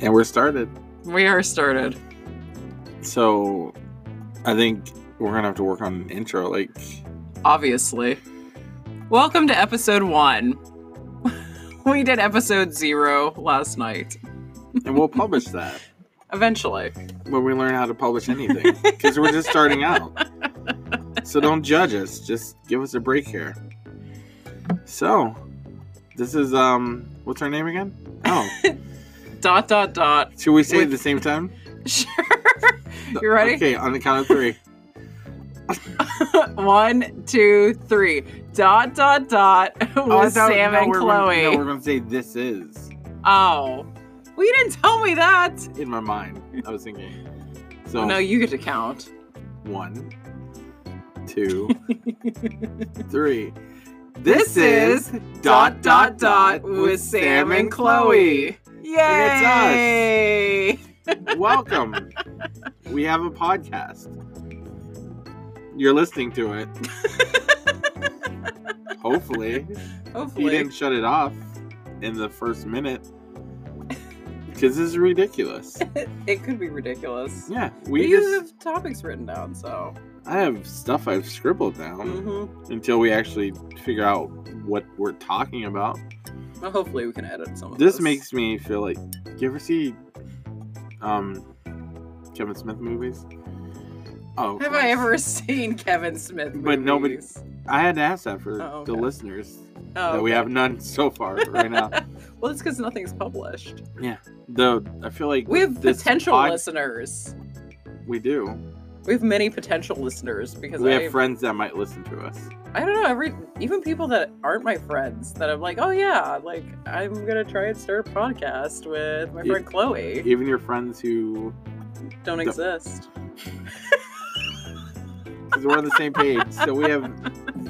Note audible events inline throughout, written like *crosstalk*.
And we're started. We are started. So I think we're gonna have to work on an intro. Like Obviously. Welcome to episode one. *laughs* we did episode zero last night. and we'll publish that Eventually. when we learn how to publish anything. Because we're just starting out. So don't judge us. Just give us a break here. So this is um what's her name again? Oh. Dot dot dot. *laughs* Should we say it at With- the same time? Sure. *laughs* You ready? Okay, on the count of three. one, two, three. Dot dot dot *laughs* *laughs* with Oh, I thought- Sam no, and we're Chloe. Gonna, no, we're gonna say this is Oh. Well you didn't tell me that. Oh, in my mind. I was thinking. So No, you get to count. One, *laughs* two, three. This is Dot dot dot with Sam and Chloe. Yay! And Welcome. we have a podcast. You're listening to *laughs* it. Hopefully, Hopefully. you didn't shut it off in the first minute. Because this is *laughs* ridiculous. *laughs* It could be ridiculous. Yeah, We we just. have topics written down, so. I have stuff I've scribbled down. Mm-hmm. until we actually figure out what we're talking about. Well, hopefully we can edit some of This this. makes me feel like you ever see um Kevin Smith movies? Oh, Have gosh. I ever *laughs* seen Kevin Smith? Movies? But nobody- I had to ask that for Oh, the okay. listeners Oh, that we okay. have none so far right *laughs* now. Well, it's because nothing's published. Though I feel like We have This potential pod- listeners. we do. We have many potential listeners because We I, have friends that might listen to us. I don't know every even people that aren't my friends that I'm like, oh yeah, like I'm gonna try and start a podcast with my Yeah. friend Chloe. Even your friends who, Don't exist. because we're on the same page, so we have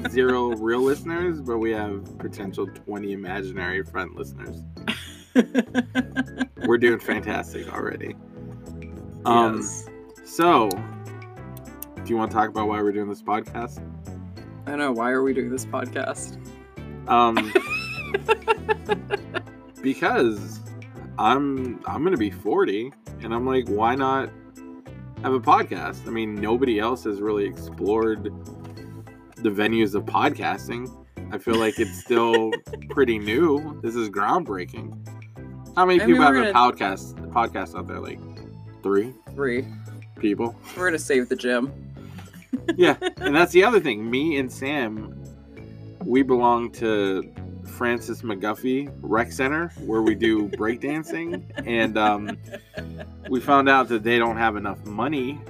zero real listeners, but we have potential twenty imaginary friend listeners. we're doing fantastic already. Um, Yes. so do you want to talk about why we're doing this podcast? I don't know why are we doing this podcast. Um, because I'm I'm gonna be 40, and I'm like, why not have a podcast? I mean, nobody else has really explored the venues of podcasting. I feel like it's still pretty new. This is groundbreaking. How many I mean, people have we're a podcast podcast out there? Like three Three. people. We're gonna save the gym. yeah, and that's the other thing. Me and Sam, we belong to Francis McGuffey Rec Center, where we do breakdancing, and um, we found out that they don't have enough money,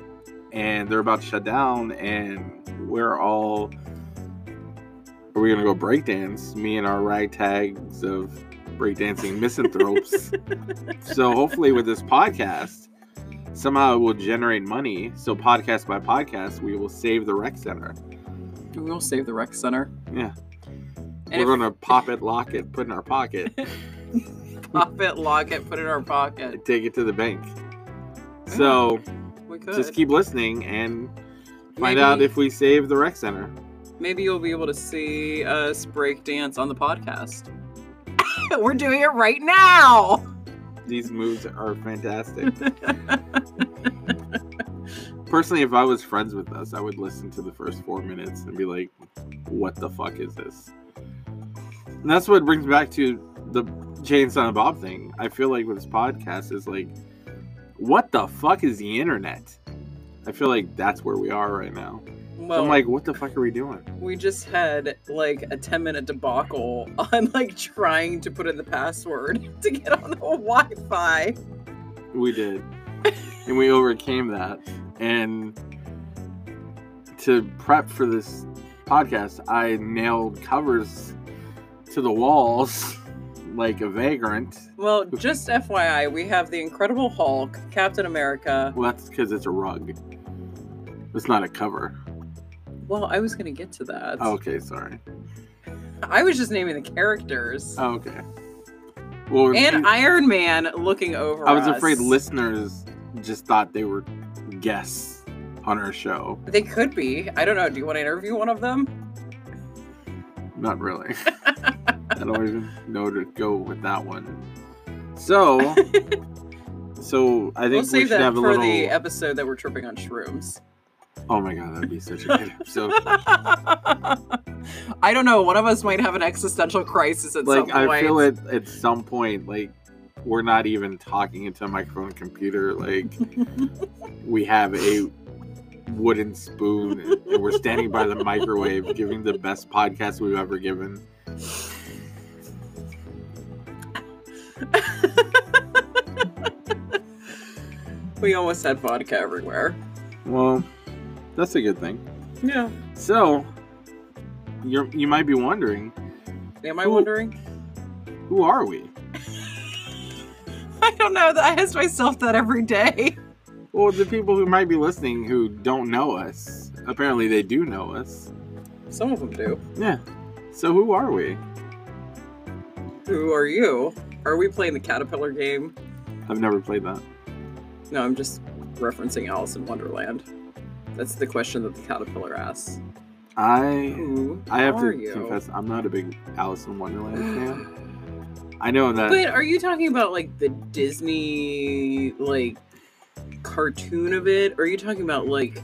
and they're about to shut down, and we're all. Are we gonna go breakdance? Me and our ragtags of breakdancing misanthropes. so hopefully, with this podcast, somehow it will generate money. So podcast by podcast, we will save the rec center. We will save the rec center. Yeah. And if- We're *laughs* gonna pop it, lock it, put it in our pocket, pop it, lock it, put it in our pocket. and take it to the bank. Ah, So We could. just keep listening and find Maybe- out if we save the rec center. Maybe you'll be able to see us break dance on the podcast. *laughs* We're doing it right now. These moves are fantastic. Personally, if I was friends with us, I would listen to the first four minutes and be like, "What the fuck is this?" And that's what brings me back to the Jay and Son of Bob thing. I feel like with this podcast is like, "What the fuck is the internet?" I feel like that's where we are right now. Well, I'm like, "What the fuck are we doing?" we just had like a 10 minute debacle *laughs* on like trying to put in the password *laughs* to get on the Wi Fi. We did. and we overcame that. And to prep for this podcast, I nailed covers to the walls *laughs* like a vagrant. Well, just FYI, we have the Incredible Hulk, Captain America. Well, that's because it's a rug. It's not a cover. Well, I was going to get to that. Oh, okay, sorry. I was just naming the characters. Oh, okay. Well, and I, Iron Man looking over. was us. afraid listeners just thought they were guests on our show. They could be. I don't know. Do you want to interview one of them? Not *laughs* really. *laughs* I don't even know where to go with that one. So, So I think We'll we save should that have a for little. the episode that we're tripping on shrooms. *laughs* Oh my god, that'd be such a good episode. I don't know. One of us might have an existential crisis at like some point. I feel it at some point, like we're not even talking into a microphone and computer. *laughs* Like we have a wooden spoon and we're standing by the microwave, giving the best podcast we've ever given. We almost had vodka everywhere. Well, that's a good thing. Yeah. So you're you might be wondering, Am I Who- wondering? *laughs* who are we? I don't know. I ask myself that every day. Well, the people who might be listening who don't know us, apparently they do know us. Some of them do. Yeah. So who are we? Who are you? Are we playing the caterpillar game? I've never played that. No, I'm just referencing Alice in Wonderland. That's the question that the caterpillar asks. I Who I have are to you? confess I'm not a big Alice in *sighs* Wonderland fan. I know that But are you talking about like the Disney like cartoon of it? Or are you talking about like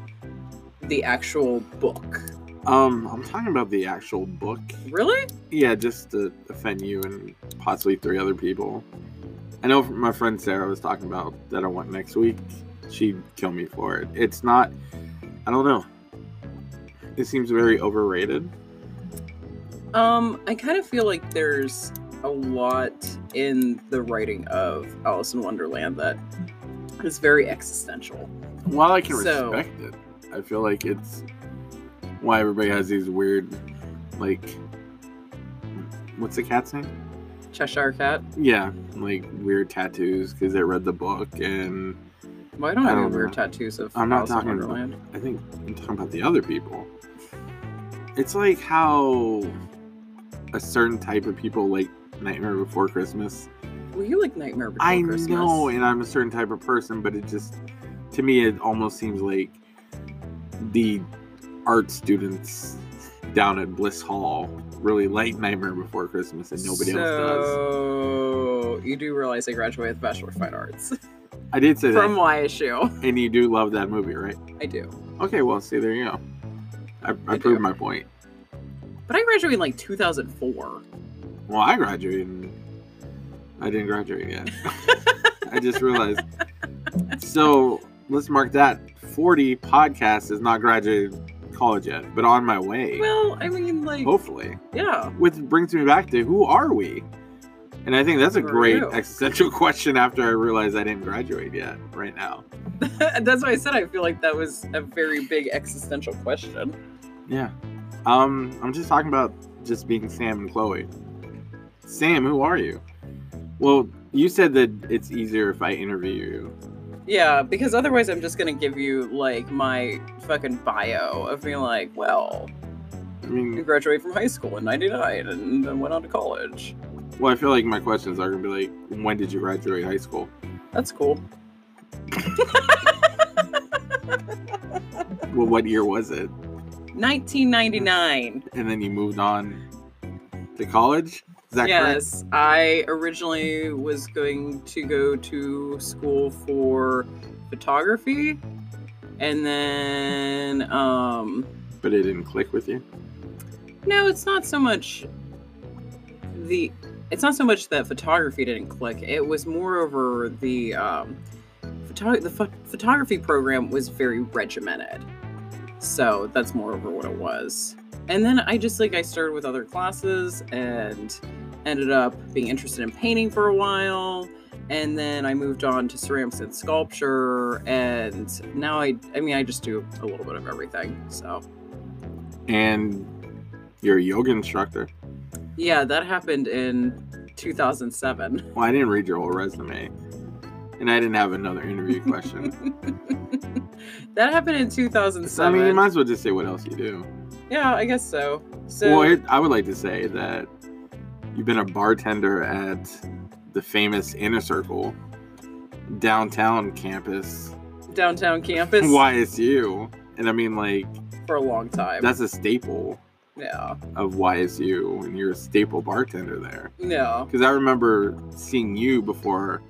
the actual book? um I'm talking about the actual book. Really? Yeah, just to offend you and possibly three other people. I know my friend Sarah was talking about that I want next week. She'd kill me for it. It's not I don't know. It seems very overrated. Um, I kind of feel like there's a lot in the writing of Alice in Wonderland that is very existential. While I can So- respect it, I feel like it's why everybody has these weird, like, what's the cat's name? Cheshire Cat. Yeah, like weird tattoos because they read the book, and Why don't I I don't have weird know. tattoos of I'm not Alice in talking about- Wonderland? I think I'm talking about the other people. It's like how a certain type of people like Nightmare Before Christmas. Well, you like Nightmare Before I Christmas. know, and I'm a certain type of person, but it just, to me, it almost seems like the art students down at Bliss Hall really like Nightmare Before Christmas, and nobody else does. So you do realize I graduated with Bachelor of Fine Arts *laughs* I did say from that, YSU. and you do love that movie, right? I do, Okay, well, see, there you go. I, I, I do. proved my point. but I graduated in like 2004. Well, I graduated. And I didn't graduate yet. *laughs* I just realized. So let's mark that 40 podcast is not graduated college yet, but on my way. Well, I mean, like, hopefully. yeah, *laughs* Which brings me back to who are we? And I think that's a Who are great you? existential *laughs* question after I realized I didn't graduate yet, right now. that's why I said I feel like that was a very big existential question. Yeah. Um, I'm just talking about just being Sam and Chloe. Sam, who are you? Well, you said that it's easier if I interview you. Yeah, because otherwise I'm just gonna give you like my fucking bio of being like, well, I I mean, graduated from high school in '99 and then went on to college. well, I feel like my questions are gonna be like, when did you graduate high school? That's cool. Well, what year was it? 1999. And then you moved on to college. Is that correct? Yes, I originally was going to go to school for photography, and then um, But it didn't click with you. No, it's not so much the it's not so much that photography didn't click. It was moreover the um photo- the pho- photography program was very regimented. So that's moreover what it was. And then I just like I started with other classes and ended up being interested in painting for a while. And then I moved on to ceramics and sculpture, and now I—I mean, I just do a little bit of everything. So, And you're a yoga instructor. Yeah, that happened in 2007. Well, I didn't read your whole resume, and I didn't have another interview question. *laughs* *laughs* that happened in so, I 2007. mean, you might as well just say what else you do. yeah, I guess so. So well, it, I would like to say that you've been a bartender at the famous Inner Circle downtown campus, *laughs* downtown campus YSU, and I mean, like for a long time. that's a staple yeah, of YSU, and you're a staple bartender there. yeah. Because I remember seeing you before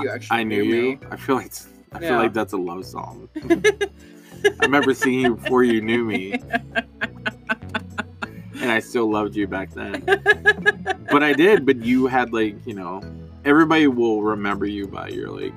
you actually I knew you. I feel like it's- I feel Yeah. like that's a love *laughs* song. I remember seeing you before you knew me, and I still loved you back then. But I did. But you had like you know, everybody will remember you by your like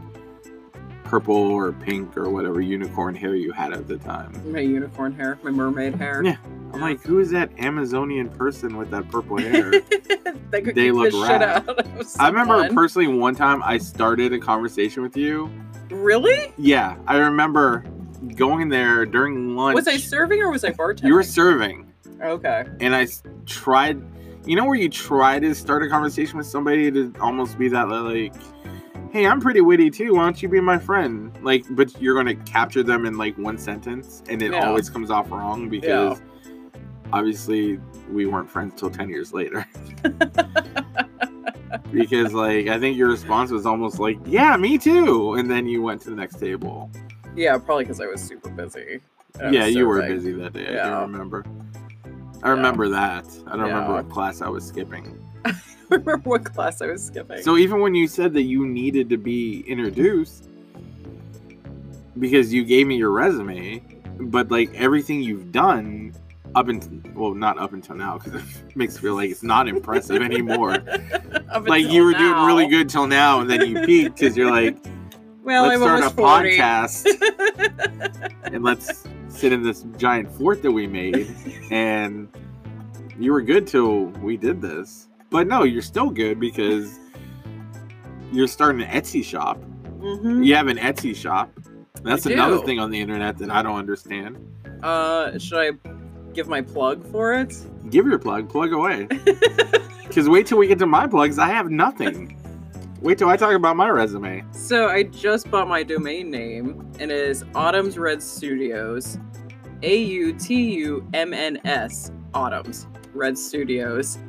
purple or pink or whatever unicorn hair you had at the time. My unicorn hair, my mermaid hair. *laughs* Yeah. I'm like, who is that Amazonian person with that *laughs* purple hair? that could They kick look the rad. shit out of I remember someone. personally one time I started a conversation with you. really? Yeah, I remember going there during lunch. Was I serving or was I bartending? you were serving, okay. and I s- tried. You know where you try to start a conversation with somebody to almost be that like, "Hey, I'm pretty witty too. Why don't you be my friend?" Like, but you're gonna capture them in like one sentence, and it Yeah. always comes off wrong because obviously we weren't friends till ten years later. *laughs* because like I think your response was almost like, "Yeah, me too," and then you went to the next table. Yeah, probably because I was super busy. I was yeah, you were serving. busy that day. I Yeah. do remember. I remember that. I don't remember Yeah. what class I was skipping. I *laughs* remember what class I was skipping. So even when you said that you needed to be introduced, because you gave me your resume, but like everything you've done up until well, not up until now, because it *laughs* makes me feel like it's not impressive anymore. *laughs* *laughs* Up like until you were doing now. really good till now, and then you peaked because you're like, Well, let's I'm start a almost 40. podcast *laughs* and let's sit in this giant fort that we made and you were good till we did this but no you're still good because you're starting an etsy shop Mhm. you have an etsy shop that's I another do. thing on the internet that i don't understand Uh, should I give my plug for it? give your plug plug *laughs* away because wait till we get to my plugs i have nothing wait till i talk about my resume So I just bought my domain name, and it is Autumn's Red Studios, A U T U M N S Autumn's Red Studios.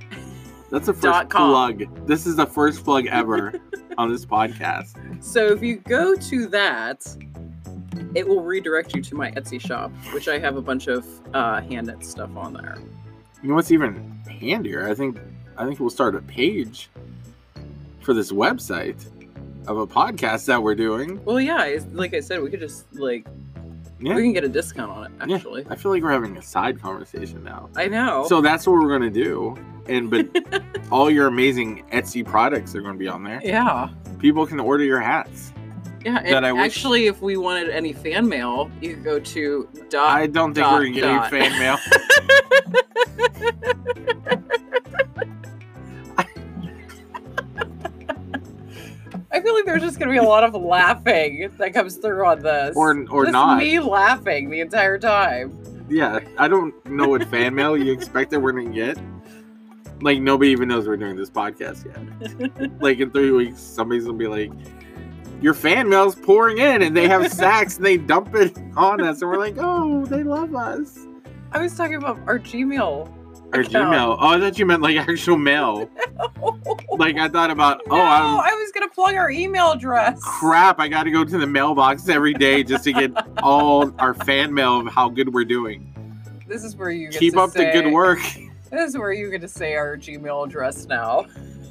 that's the first Dot com. plug this is the first plug ever on this podcast So if you go to that, it will redirect you to my Etsy shop, which I have a bunch of uh, hand knit stuff on there. You know what's even handier? I think I think we'll start a page for this website of a podcast that we're doing. Well, yeah, it's, like I said, we could just like Yeah. we can get a discount on it. Yeah. Actually, I feel like we're having a side conversation now. I know. So that's what we're gonna do. And but *laughs* all your amazing Etsy products are gonna be on there. yeah, People can order your hats. yeah. That And I wish- actually, if we wanted any fan mail, you could go to dot I don't think dot, we're gonna get dot. any fan *laughs* mail. I feel like there's just gonna be a lot of laughing that comes through on this. Or or just not. me laughing the entire time. Yeah. I don't know what fan mail *laughs* you expect that we're gonna get. Like nobody even knows we're doing this podcast yet. like in three weeks, somebody's gonna be like, "Your fan mail's pouring in," and they have sacks and they dump it on us, and we're like, "Oh, they love us." I was talking about our Gmail. Or Account. Gmail. Oh, I thought you meant like actual mail. Like I thought about, *laughs* oh, no, I'm I was gonna plug our email address. crap. I got to go to the mailbox every day just to get all our fan mail of how good we're doing. This is where you get Keep to up the say- good work. This is where you get to say our Gmail address now.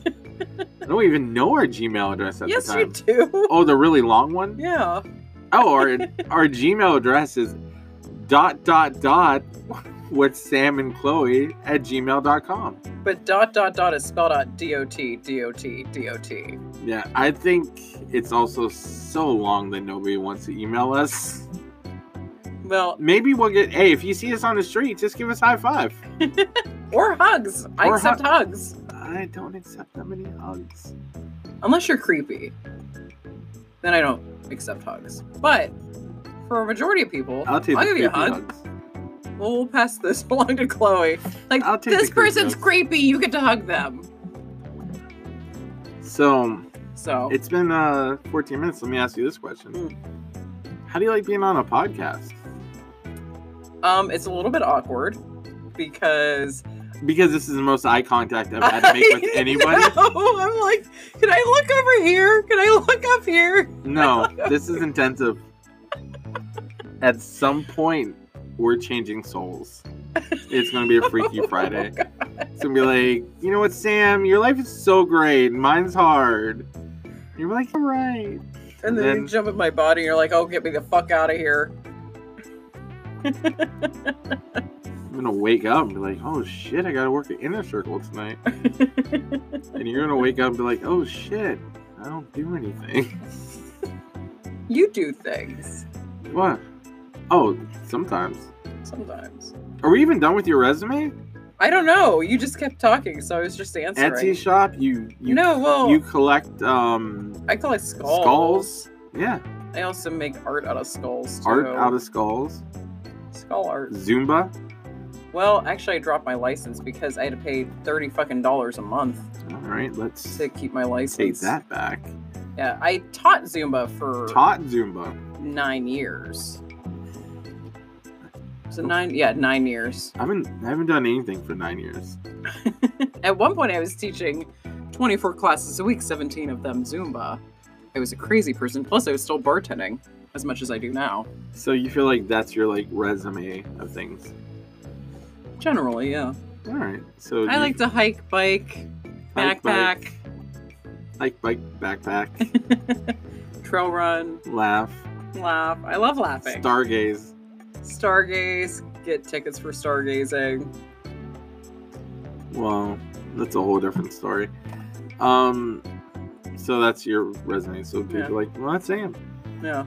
I don't even know our Gmail address at yes, the you time. do. *laughs* Oh, the really long one? Yeah. Oh, our our Gmail address is dot dot dot with Sam and Chloe at gmail.com. But dot dot dot is spelled out D O T D O T D O T. Yeah, I think it's also so long that nobody wants to email us. Well, Maybe we'll get hey, if you see us on the street, just give us high five. or hugs. I Or hu- accept hugs. I don't accept that many hugs. unless you're creepy, then I don't accept hugs. But for a majority of people, I'll take the give you a creepy hug. hugs. Well, we'll pass this *laughs* along to Chloe. Like I'll take this the creepy person's hugs. creepy, you get to hug them. So So it's been uh 14 minutes. Let me ask you this question. Hmm. How do you like being on a podcast? um, it's a little bit awkward because Because this is the most eye contact I've *laughs* had to make with I anybody. know. I'm like, can I look over here? Can I look up here? No, this is intensive. At some point, we're changing souls. It's gonna be a Freaky Friday. It's gonna be like, you know what, Sam? Your life is so great. Mine's hard. You're like, all right. And then, you then- jump in my body and you're like, oh, get me the fuck out of here. I'm gonna wake up and be like, oh shit, I gotta work the inner circle tonight. and you're gonna wake up and be like, oh shit, I don't do anything. *laughs* You do things what? Oh, sometimes. sometimes. Are we even done with your resume? I don't know. You just kept talking, so I was just answering. Etsy shop, you you no, well, you collect um I collect skulls. skulls. Yeah, I also make art out of skulls. Too. art out of skulls. skull art. Zumba. Well, actually, I dropped my license because I had to pay thirty fucking dollars a month All right, let's to keep my license. take that back. Yeah, I taught Zumba for Taught Zumba. nine years. So nine, yeah, nine years. I haven't I haven't done anything for nine years. At one point, I was teaching 24 classes a week, 17 of them Zumba. I was a crazy person. Plus, I was still bartending as much as I do now. So you feel like that's your like resume of things. Generally, yeah. All right. So I you- like to hike, bike, Hike, backpack, bike. Hike, bike, backpack, *laughs* trail run, laugh, laugh. I love laughing. stargaze. Stargaze, get tickets for stargazing. Well, that's a whole different story. Um, so that's your resume. So people Yeah. are like, well, that's Sam. Yeah.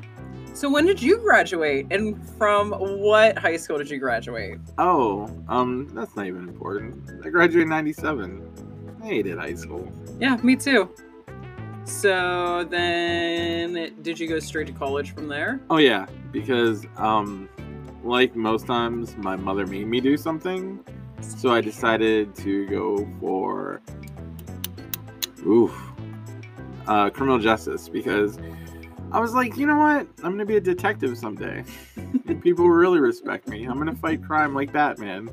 So, when did you graduate and from what high school did you graduate? Oh, um, that's not even important. I graduated in '97. I hated high school. Yeah, me too. So then, did you go straight to college from there? Oh yeah, because um, like most times, my mother made me do something, so I decided to go for oof, uh, criminal justice because I was like, you know what, I'm gonna be a detective someday. *laughs* And People will really respect me. I'm gonna fight crime like Batman.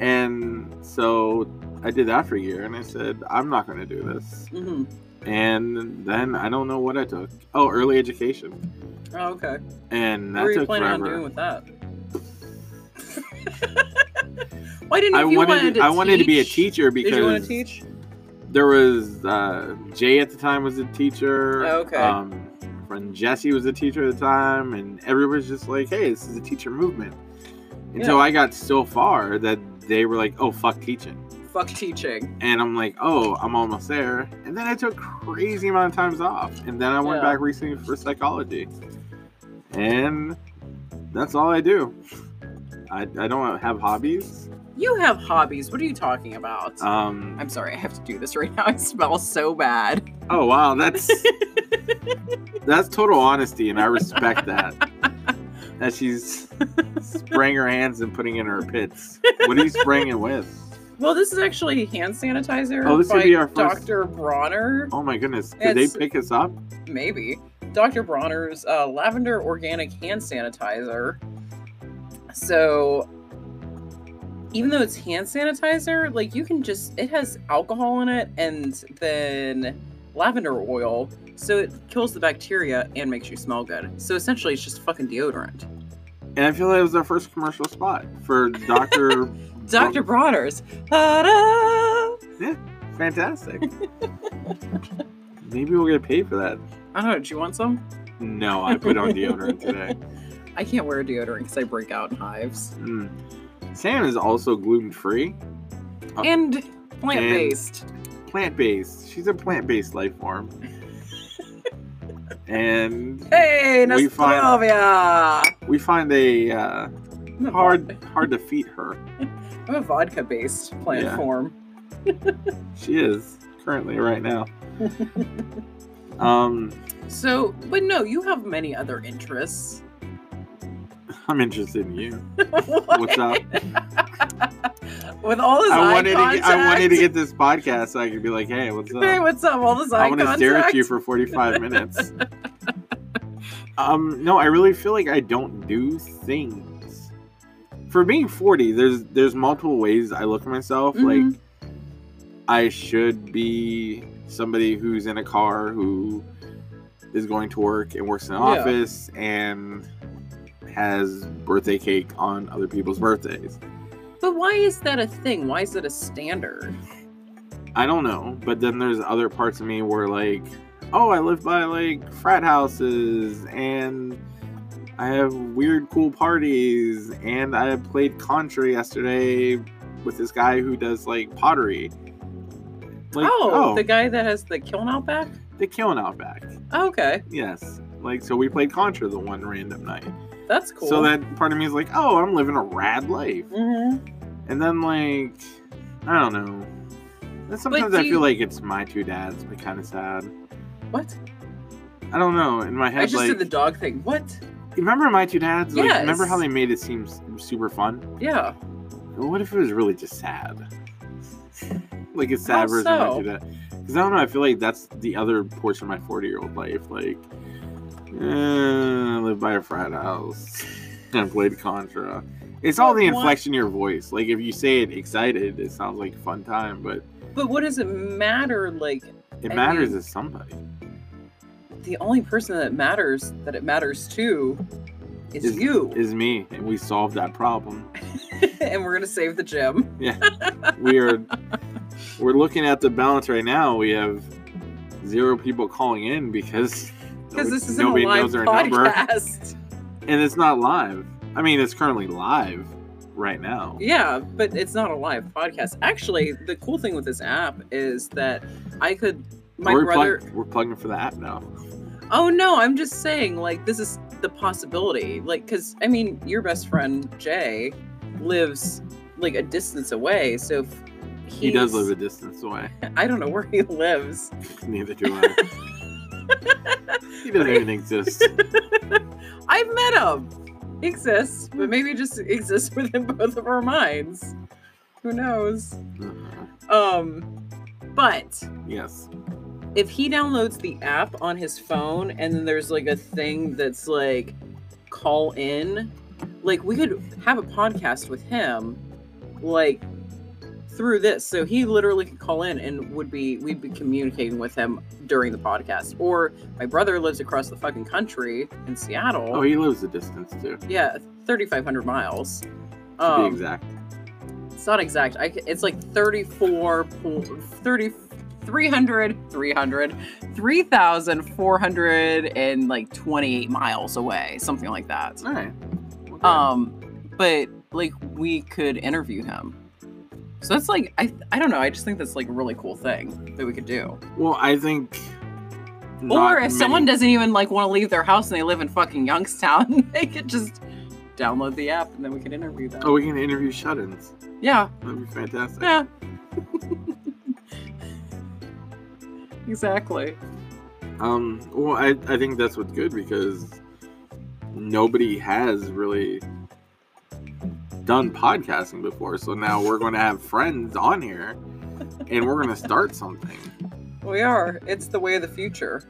And so I did that for a year, and I said, I'm not gonna do this. hmm And then I don't know what I took. Oh, early education Oh, okay. and What that were you took planning on doing forever. with that? *laughs* Why didn't I if you wanted, wanted to I wanted to be a teach- teacher Did you want because to teach? there was uh, Jay at the time was a teacher. Oh, okay. Um, friend Jesse was a teacher at the time, and everybody's just like, "Hey, this is a teacher movement." Until Yeah. I got so far that they were like, "Oh, fuck teaching," Fuck teaching. and I'm like, "Oh, I'm almost there." And then I took crazy amount of times off, and then I went Yeah. back recently for psychology, and that's all I do. I, I don't have hobbies. You have hobbies. What are you talking about? Um. I'm sorry, I have to do this right now. *laughs* I smell so bad. Oh wow, that's that's total honesty, and I respect that. That she's spraying her hands and putting in her pits. What are you spraying it with? Well, this is actually hand sanitizer Oh, this could by be our first- Dr. Bronner. Oh my goodness, did they It's- pick us up? maybe Dr. Bronner's uh, lavender organic hand sanitizer. So, even though it's hand sanitizer, like you can just it has alcohol in it and then lavender oil, so it kills the bacteria and makes you smell good. So essentially, it's just fucking deodorant. And I feel like it was our first commercial spot for Doctor. Dr. Bronner's. Ta-da! Fantastic. Maybe we'll get paid for that. I don't know. Do you want some? No, I put on deodorant today. I can't wear deodorant because I break out in hives Mm. Sam is also gluten free, Uh, and plant based. plant based. She's a plant based life *laughs* form. And Hey, We find- Nostrovia! we find a uh, I'm a hard vod- hard to feed her. I'm a vodka based plant Yeah. form. She is currently right *laughs* now. um, So, but no, you have many other interests. I'm interested in you. What? What's up? *laughs* With all this I eye wanted to contact. get, I wanted to get this podcast so I could be like, hey, what's *laughs* Hey, up? what's up? All this eye I want to contact. stare at you for *laughs* 45 minutes. um, no, I really feel like I don't do things. For being 40, there's there's multiple ways I look at myself. Like Mhm. I should be somebody who's in a car who is going to work and works in an Yeah. office and has birthday cake on other people's birthdays. But why is that a thing? Why is it a standard? I don't know, but then there's other parts of me where like oh, I live by like frat houses and I have weird cool parties and I played Contra yesterday with this guy who does like pottery. Like, oh, the guy that has the kiln out back. the kiln out back. Oh, okay, Yes. Like so we played Contra the one random night. that's cool. So that part of me is like, oh, I'm living a rad life. hmm And then like I don't know. And sometimes do I you- feel like it's my two dads, but kinda sad. What? I don't know. In my head I just like did the dog thing. What? remember my two dads? Like, remember how Yes. they made it seem s- super fun? Yeah. What if it was really just sad? like it's sad How version of my two dads. Because I don't know. I feel like that's the other portion of my forty-year-old life. Like, eh, I live by a frat house *laughs* and played Contra. It's all But the what- inflection in your voice. Like if you say it excited, it sounds like a fun time, but But what does it matter? Like it I matters mean- to somebody. the only person that matters that it matters to is, Is- you. Is me, and we solved that problem. *laughs* and we're gonna save the gym. we are we're looking at the balance right now. We have zero people calling in *laughs* because Because this isn't nobody a live knows our number, podcast. and it's not live. I mean, it's currently live right now. Yeah, but it's not a live podcast. Actually, the cool thing with this app is that I could my we're, brother plug- we're plugging for the app now. Oh no, I'm just saying like this is the possibility. Like cuz I mean, your best friend Jay lives like a distance away, so if He does he's- live a distance *laughs* away. I don't know where he lives. Neither do I. he doesn't even *laughs* exist. I've met him. He exists, but maybe he just exists *laughs* within both of our minds. Who knows? Uh-huh. Um but Yes. if he downloads the app on his phone and then there's like a thing that's like call in like we could have a podcast with him like through this so he literally could call in and would be we'd be communicating with him during the podcast or my brother lives across the fucking country in seattle Oh, he lives a distance too. yeah 3500 miles To Um, be exact. it's not exact. I, c- it's like 34, po- 30, 300, 300, 3,400 and like 28 miles away, something like that. All right. Okay. Um, but like we could interview him. So that's like, I, I don't know. I just think that's like a really cool thing that we could do. well, I think. or not if many- someone doesn't even like want to leave their house and they live in fucking Youngstown, *laughs* they could just download the app and then we could interview them. Oh, we can interview shut-ins. yeah. That'd be fantastic. Yeah. *laughs* exactly. Um, well, I, I think that's what's good because nobody has really done podcasting before. So now we're going to have friends on here and we're going to start something. We are. It's the way of the future.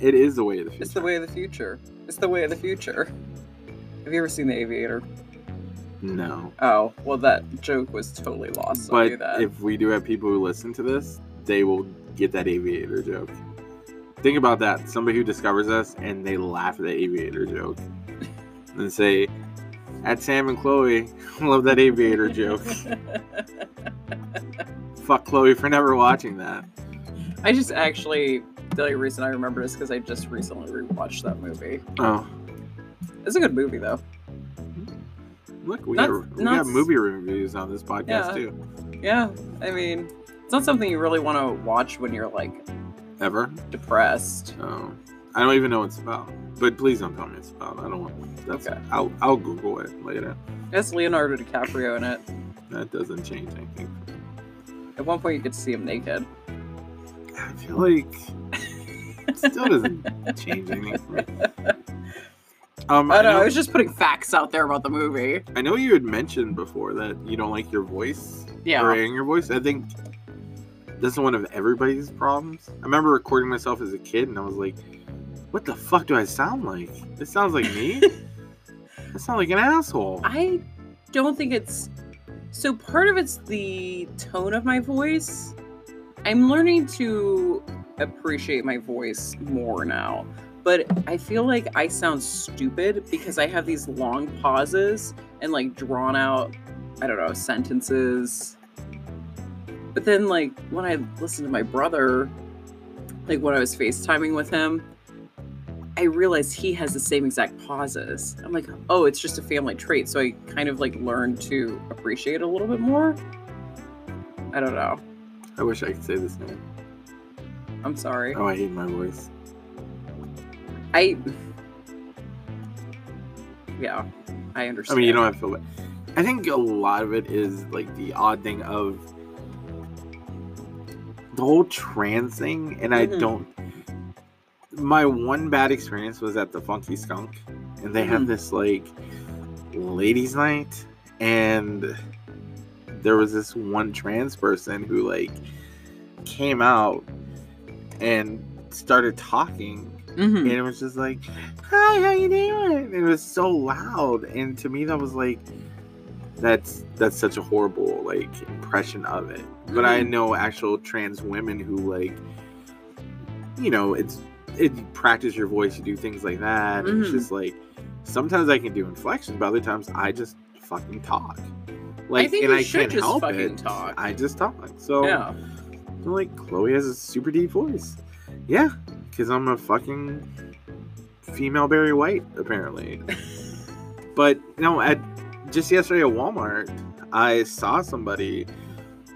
It is the way of the It's future. the way of the future. It's the way of the future. Have you ever seen The Aviator? No. Oh, well, that joke was totally lost. I'll do But that. if we do have people who listen to this, they will get that aviator joke. Think about that. Somebody who discovers us and they laugh at the aviator *laughs* joke and say, at Sam and Chloe, *laughs* love that aviator joke. *laughs* Fuck Chloe for never watching that. I just actually, the only reason I remember this because I just recently rewatched that movie. Oh, It's a good movie, though. look, we, Not- got, we not- got movie reviews on this podcast Yeah. too. Yeah, I mean, it's not something you really want to watch when you're like Ever? depressed. Oh, I don't even know what it's about. But please don't tell me it's about. I don't want. That's, Okay. I'll I'll Google it later. It has Leonardo DiCaprio in it. That doesn't change anything. At one point, you could see him naked. I feel like it still doesn't change anything for me. *laughs* Um, I, I know. know, I was just putting facts out there about the movie. I know you had mentioned before that you don't like your voice Yeah. or hearing your voice. I think that's one of everybody's problems. I remember recording myself as a kid and I was like, what the fuck do I sound like? It sounds like *laughs* me? I sound like an asshole. I don't think it's so. Part of it's the tone of my voice. I'm learning to appreciate my voice more now, but I feel like I sound stupid because I have these long pauses and like drawn out, I don't know, sentences. But then, like, when I listen to my brother, like when I was FaceTiming with him, I realized he has the same exact pauses. I'm like, oh, it's just a family trait. So I kind of like learned to appreciate it a little bit more. I don't know. I wish I could say this name. I'm sorry. Oh, I hate my voice. I. Yeah, I I understand. mean, you don't have to. I think a lot of it is like the odd thing of the whole trans thing, and I Mhm. don't. My one bad experience was at the Funky Skunk, and they had Mhm. this like ladies' night, and there was this one trans person who like came out and started talking Mhm. and it was just like, "Hi, how you doing?" It was so loud, and to me that was like, that's that's such a horrible like impression of it. But I Mhm. know actual trans women who like, you know, it's it you practice your voice, you do things like that. And it's Mhm. just like sometimes I can do inflection, but other times I just fucking talk. Like, think and you I should can't just help fucking it. talk. I just talk. So Yeah. I'm like Chloe has a super deep voice. Yeah, because I'm a fucking female Barry White, apparently. but no, at just yesterday at Walmart, I saw somebody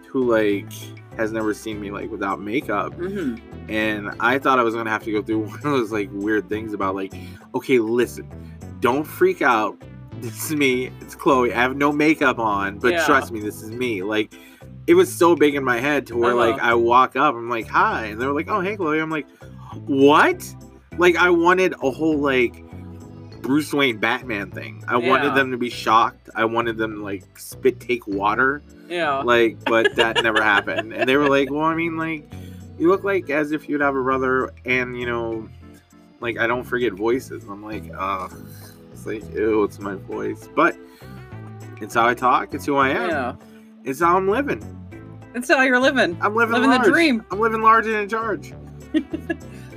who like has never seen me like without makeup hmm and I thought I was gonna have to go through *laughs* one of those like weird things about like, okay, listen, don't freak out. *laughs* This is me. It's Chloe. I have no makeup on, but Yeah. trust me, this is me. Like, it was so big in my head to where like Uh-huh. I walk up, I'm like, hi, and they're like, oh hey, Chloe. I'm like, what? Like I wanted a whole like Bruce Wayne Batman thing. I Yeah. wanted them to be shocked. I wanted them to, like spit take water Yeah. like but that never happened and they were like well i mean like you look like as if you'd have a brother and you know like i don't forget voices and i'm like uh it's like ew it's my voice but it's how i talk it's who i am Yeah. it's how i'm living That's how you're living. i'm living, Living the large. dream. i'm living large and in charge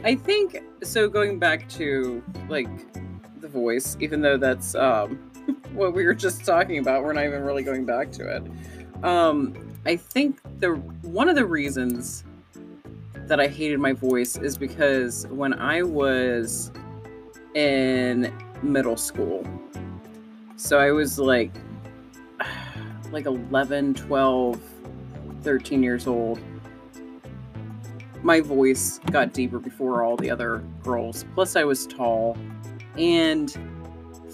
I think so. Going back to like the voice, even though that's um, *laughs* what we were just talking about, we're not even really going back to it. Um, I think the one of the reasons that I hated my voice is because when I was in middle school, so I was like *sighs* like 11, 12, 13 years old. my voice got deeper before all the other girls. Plus, I was tall. And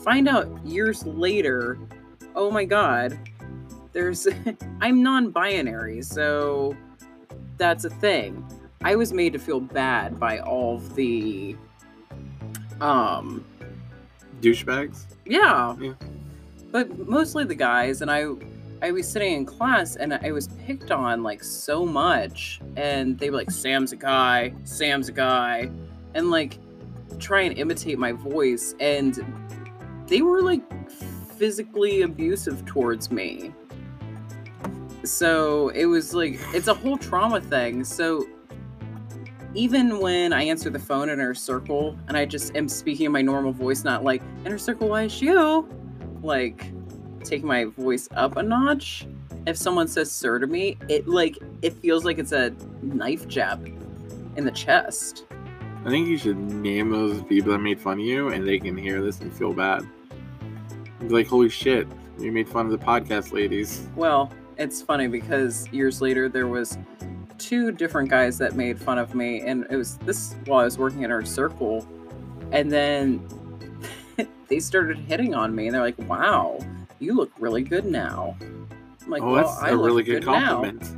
find out years later, oh my God, there's, *laughs* I'm non binary. So that's a thing. I was made to feel bad by all of the, um, douchebags yeah. Yeah. But mostly the guys and I I was sitting in class and I was picked on like so much and they were like Sam's a guy, Sam's a guy and like try and imitate my voice and they were like physically abusive towards me. So it was like it's a whole trauma thing. So even when I answer the phone in her circle and I just am speaking in my normal voice, not like inner circle YSU, like take my voice up a notch. If someone says sir to me, it like it feels like it's a knife jab in the chest. i think you should name those people that made fun of you and they can hear this and feel bad Be like holy shit you made fun of the podcast ladies Well, it's funny because years later there was two different guys that made fun of me, and it was this while I was working in our circle, and then *laughs* they started hitting on me, and they're like, "Wow, you look really good now." I'm like, oh well, that's I a look really good, now. compliment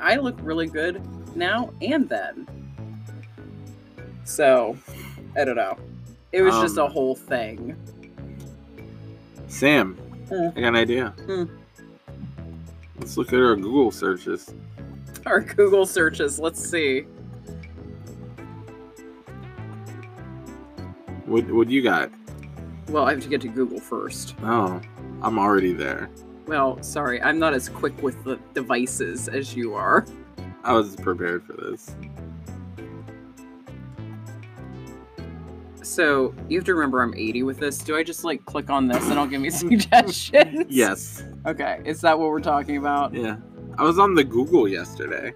*laughs* I look really good now and then. So, I don't know. It was just Um, a whole thing. Sam, Hmm. I got an idea. Hmm. Let's look at our Google searches. Our Google searches. Let's see. What what you got? Well, I have to get to Google first. Oh, I'm already there. Well, sorry, I'm not as quick with the devices as you are. I was prepared for this. So you have to remember I'm 80 with this. Do I just like click on this and I'll give me *laughs* suggestions? Yes. Okay. Is that what we're talking about? Yeah. I was on the Google yesterday.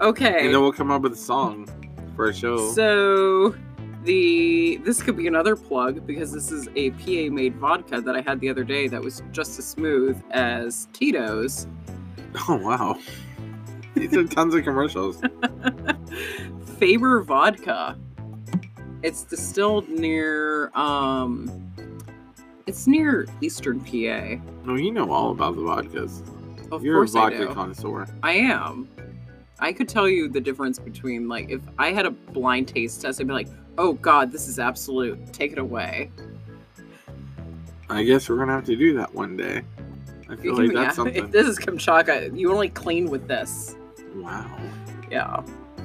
Okay. and then we'll come up with a song for a show. So the this could be another plug because this is a PA made vodka that I had the other day that was just as smooth as Tito's. *laughs* oh wow, these are tons of *laughs* commercials. Faber vodka. It's distilled near um it's near Eastern PA. No, you know all about the vodkas. Of You're a course I vodka do. connoisseur. I am. I could tell you the difference between like if I had a blind taste test, I'd be like, oh god, this is absolute. Take it away. *laughs* I guess we're gonna have to do that one day. I feel like *laughs* Yeah, that's something. If this is Kamchatka, you only clean with this. Wow, Yeah.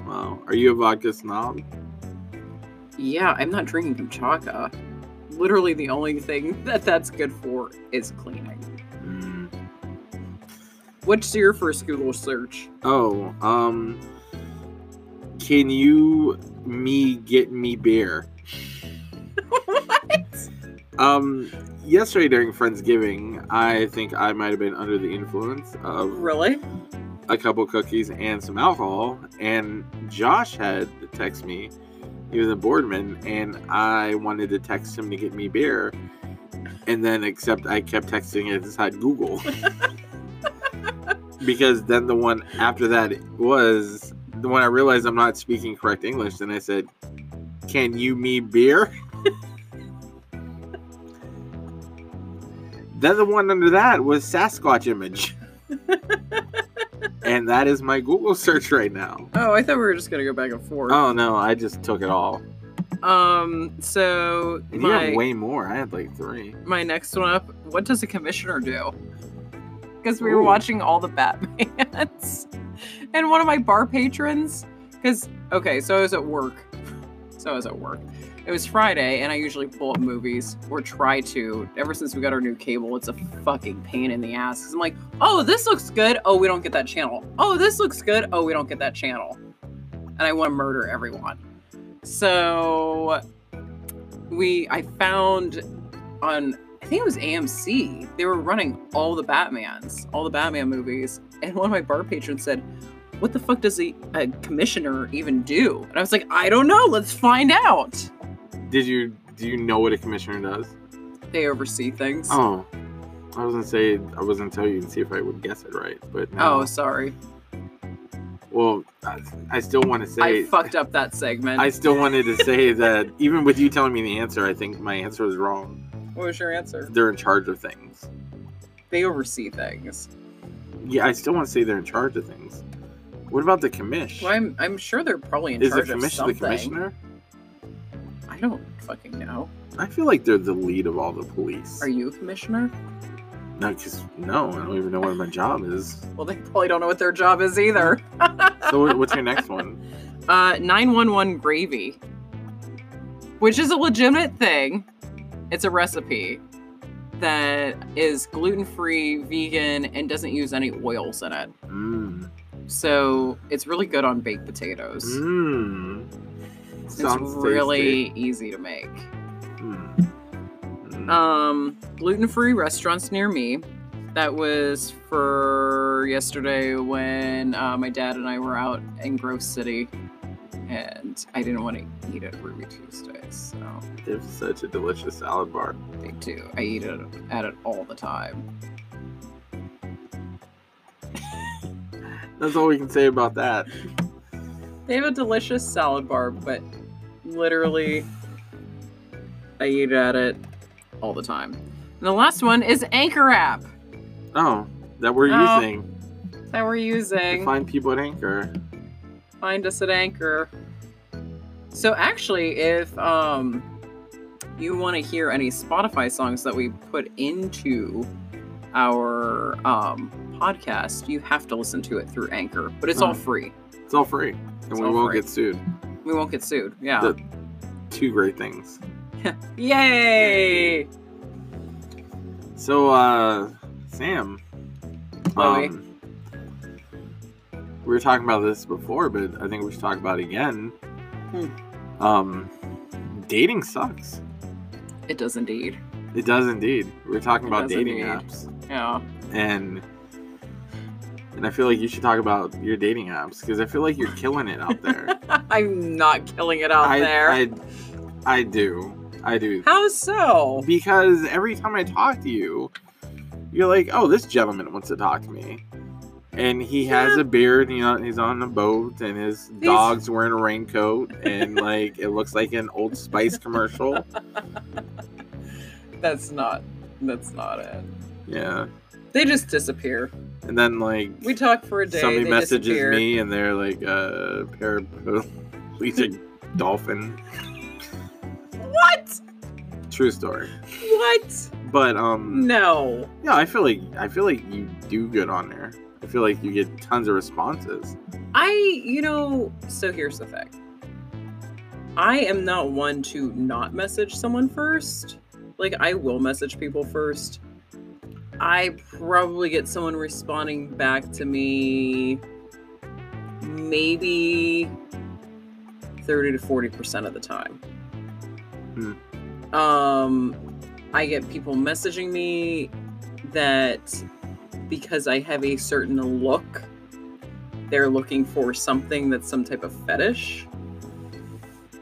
wow. Are you a vodka snob? Yeah, I'm not drinking Kamchatka. Literally, the only thing *laughs* that that's good for is cleaning. Mm. What's your first Google search? Oh, um, can you me get me beer? what? Um, yesterday during Friendsgiving, I think I might have been under the influence of Really? a couple cookies and some alcohol, and Josh had to text me. He was a boardman, and I wanted to text him to get me beer, and then except I kept texting it inside Google. because then the one after that was the one I realized I'm not speaking correct English, then I said, Can you me beer? *laughs* then the one under that was Sasquatch image. and that is my Google search right now. Oh, I thought we were just gonna go back and forth. Oh no, I just took it all. Um. So And you my had way more. I had like three. my next one up. What does a commissioner do? Because we were Ooh. watching all the *laughs* Batmans, and one of my bar patrons. Because okay, so I was at work. So I was at work. It was Friday, and I usually pull up movies or try to. Ever since we got our new cable, it's a fucking pain in the ass. Cause I'm like, oh, this looks good. Oh, we don't get that channel. Oh, this looks good. Oh, we don't get that channel. And I want to murder everyone. So we, I found on I think it was AMC. They were running all the Batmans, all the Batman movies, and one of my bar patrons said, "What the fuck does a, a commissioner even do?" And I was like, "I don't know. Let's find out." Did you do you know what a commissioner does? They oversee things. Oh, Oh. I was gonna say I was gonna tell you and see if I would guess it right, but no. Oh, sorry, Well, I, I still want to say I fucked up that segment. I still wanted to *laughs* say that even with you telling me the answer, I think my answer was wrong. What was your answer? They're in charge of things. They oversee things. Yeah, I still want to say they're in charge of things. What about the commish? Well, I'm I'm sure they're probably in Is the charge of commish the something. commissioner? I don't fucking know. I feel like they're the lead of all the police. Are you a commissioner? No, 'cause- no, I don't even know what my job is. Well, they probably don't know what their job is either. So what- what's your next one? Uh, 911 gravy, which is a legitimate thing. It's a recipe that is gluten free, vegan, and doesn't use any oils in it. Mmm. So it's really good on baked potatoes. Mm, Mmm. It's really easy to make. Mm. Mm. Um, gluten free restaurants near me. That was for yesterday when uh, my dad and I were out in Grove City, and I didn't want to eat at Ruby Tuesdays. So. There's such a delicious salad bar. They do. I eat it at it all the time. That's all we can say about that. They have a delicious salad bar, but literally, I eat at it all the time. And the last one is Anchor app Oh, that we're Oh. using that we're to using. find people at Anchor. Find us at Anchor. So actually, if um, you want to hear any Spotify songs that we put into our um, podcast, you have to listen to it through Anchor, but it's all Mm. free. It's all free, and It's we all won't free. get sued. We won't get sued. Yeah. The- Two great things. Yay! So, uh, Sam, Chloe. um, we were talking about this before, but I think we should talk about it again. Um, dating sucks. It does indeed. It does indeed. We were talking It about does dating indeed. apps, Yeah. and And I feel like you should talk about your dating apps because I feel like you're killing it out there. *laughs* I'm not killing it out I, there. I, I do. I do. How so? Because every time I talk to you, you're like, oh, this gentleman wants to talk to me. And he has Yeah. a beard, and you know, he's on a boat, and his dog's wearing a raincoat, and like it looks like an Old Spice *laughs* commercial. That's not. That's not it. Yeah. They just disappear. And then like We talk for a day. somebody they messages disappear. me, and they're like, uh, paraplegic *laughs* dolphin. What? True story. What? But um, No. Yeah, I feel like I feel like you do good on there. I feel like you get tons of responses. I, you know, so here's the thing. I am not one to not message someone first. Like, I will message people first. I probably get someone responding back to me maybe 30 to 40% of the time. Hmm. Um, I get people messaging me that because I have a certain look, they're looking for something that's some type of fetish.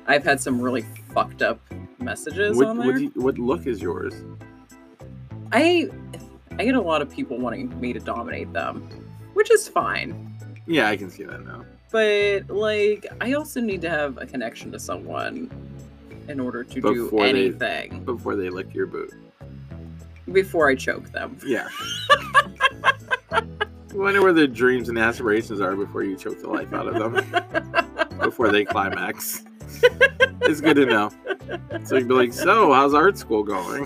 I've had some really fucked up messages What, on what, there. do you- what look is yours? I I get a lot of people wanting me to dominate them, which is fine. Yeah, I can see that now. But like, I also need to have a connection to someone in order to do Before they- anything Before they lick your boot. before I choke them. *laughs* Yeah. I wonder where their dreams and aspirations are before you choke the life out of them. *laughs* before they climax. it's good to know. So you'd be like, so how's art school going?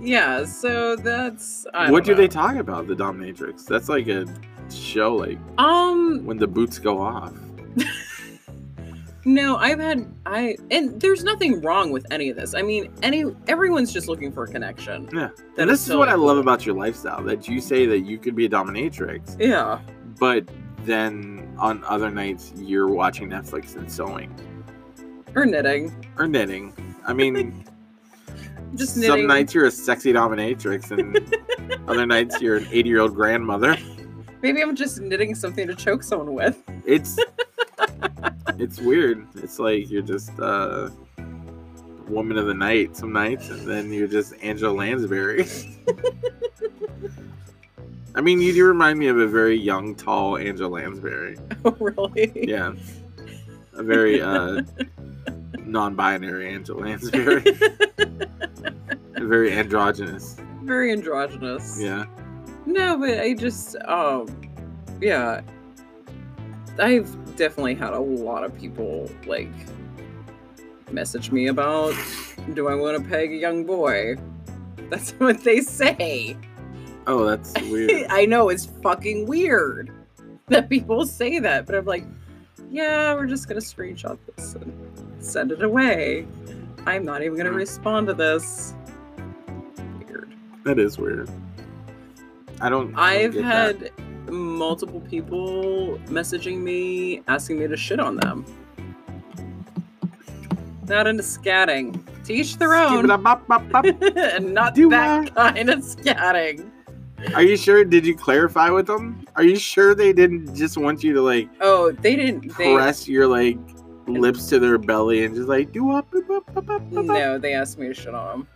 yeah. So that's I What do don't they know. talk about? The dominatrix. That's like a show, like um. when the boots go off. No, I've had I and there's nothing wrong with any of this. I mean, any everyone's just looking for a connection. Yeah. That And this is what I totally love cool. about your lifestyle that you say that you could be a dominatrix, Yeah. but then on other nights you're watching Netflix and sewing Or knitting. or knitting. I mean, Just knitting. some nights you're a sexy dominatrix, and other nights you're an 80 year old grandmother. Maybe I'm just knitting something to choke someone with. *laughs* It's it's weird. It's like you're just uh, woman of the night some nights, and then you're just Angela Lansbury. I mean, you do remind me of a very young, tall Angela Lansbury. Oh, really? Yeah. A very uh non-binary Angela Lansbury. A very androgynous. Very androgynous. Yeah. No, but I just um yeah. I've definitely had a lot of people like message me about do I want to peg a young boy? That's *laughs* what they say. Oh, that's *laughs* weird. I know it's fucking weird that people say that, but I'm like, yeah, we're just gonna screenshot this and send it away. I'm not even gonna Mm. respond to this. Weird. that is weird. I don't I don't I've get that. had multiple people messaging me asking me to shit on them. Not into scatting. To each their own. Skibidi-bop-bop-bop. *laughs* and not Do that kind of scatting. Are you sure? Did you clarify with them? Are you sure they didn't just want you to like Oh, they didn't. They press your like lips to their belly and just like do up? no, they asked me to shit on them.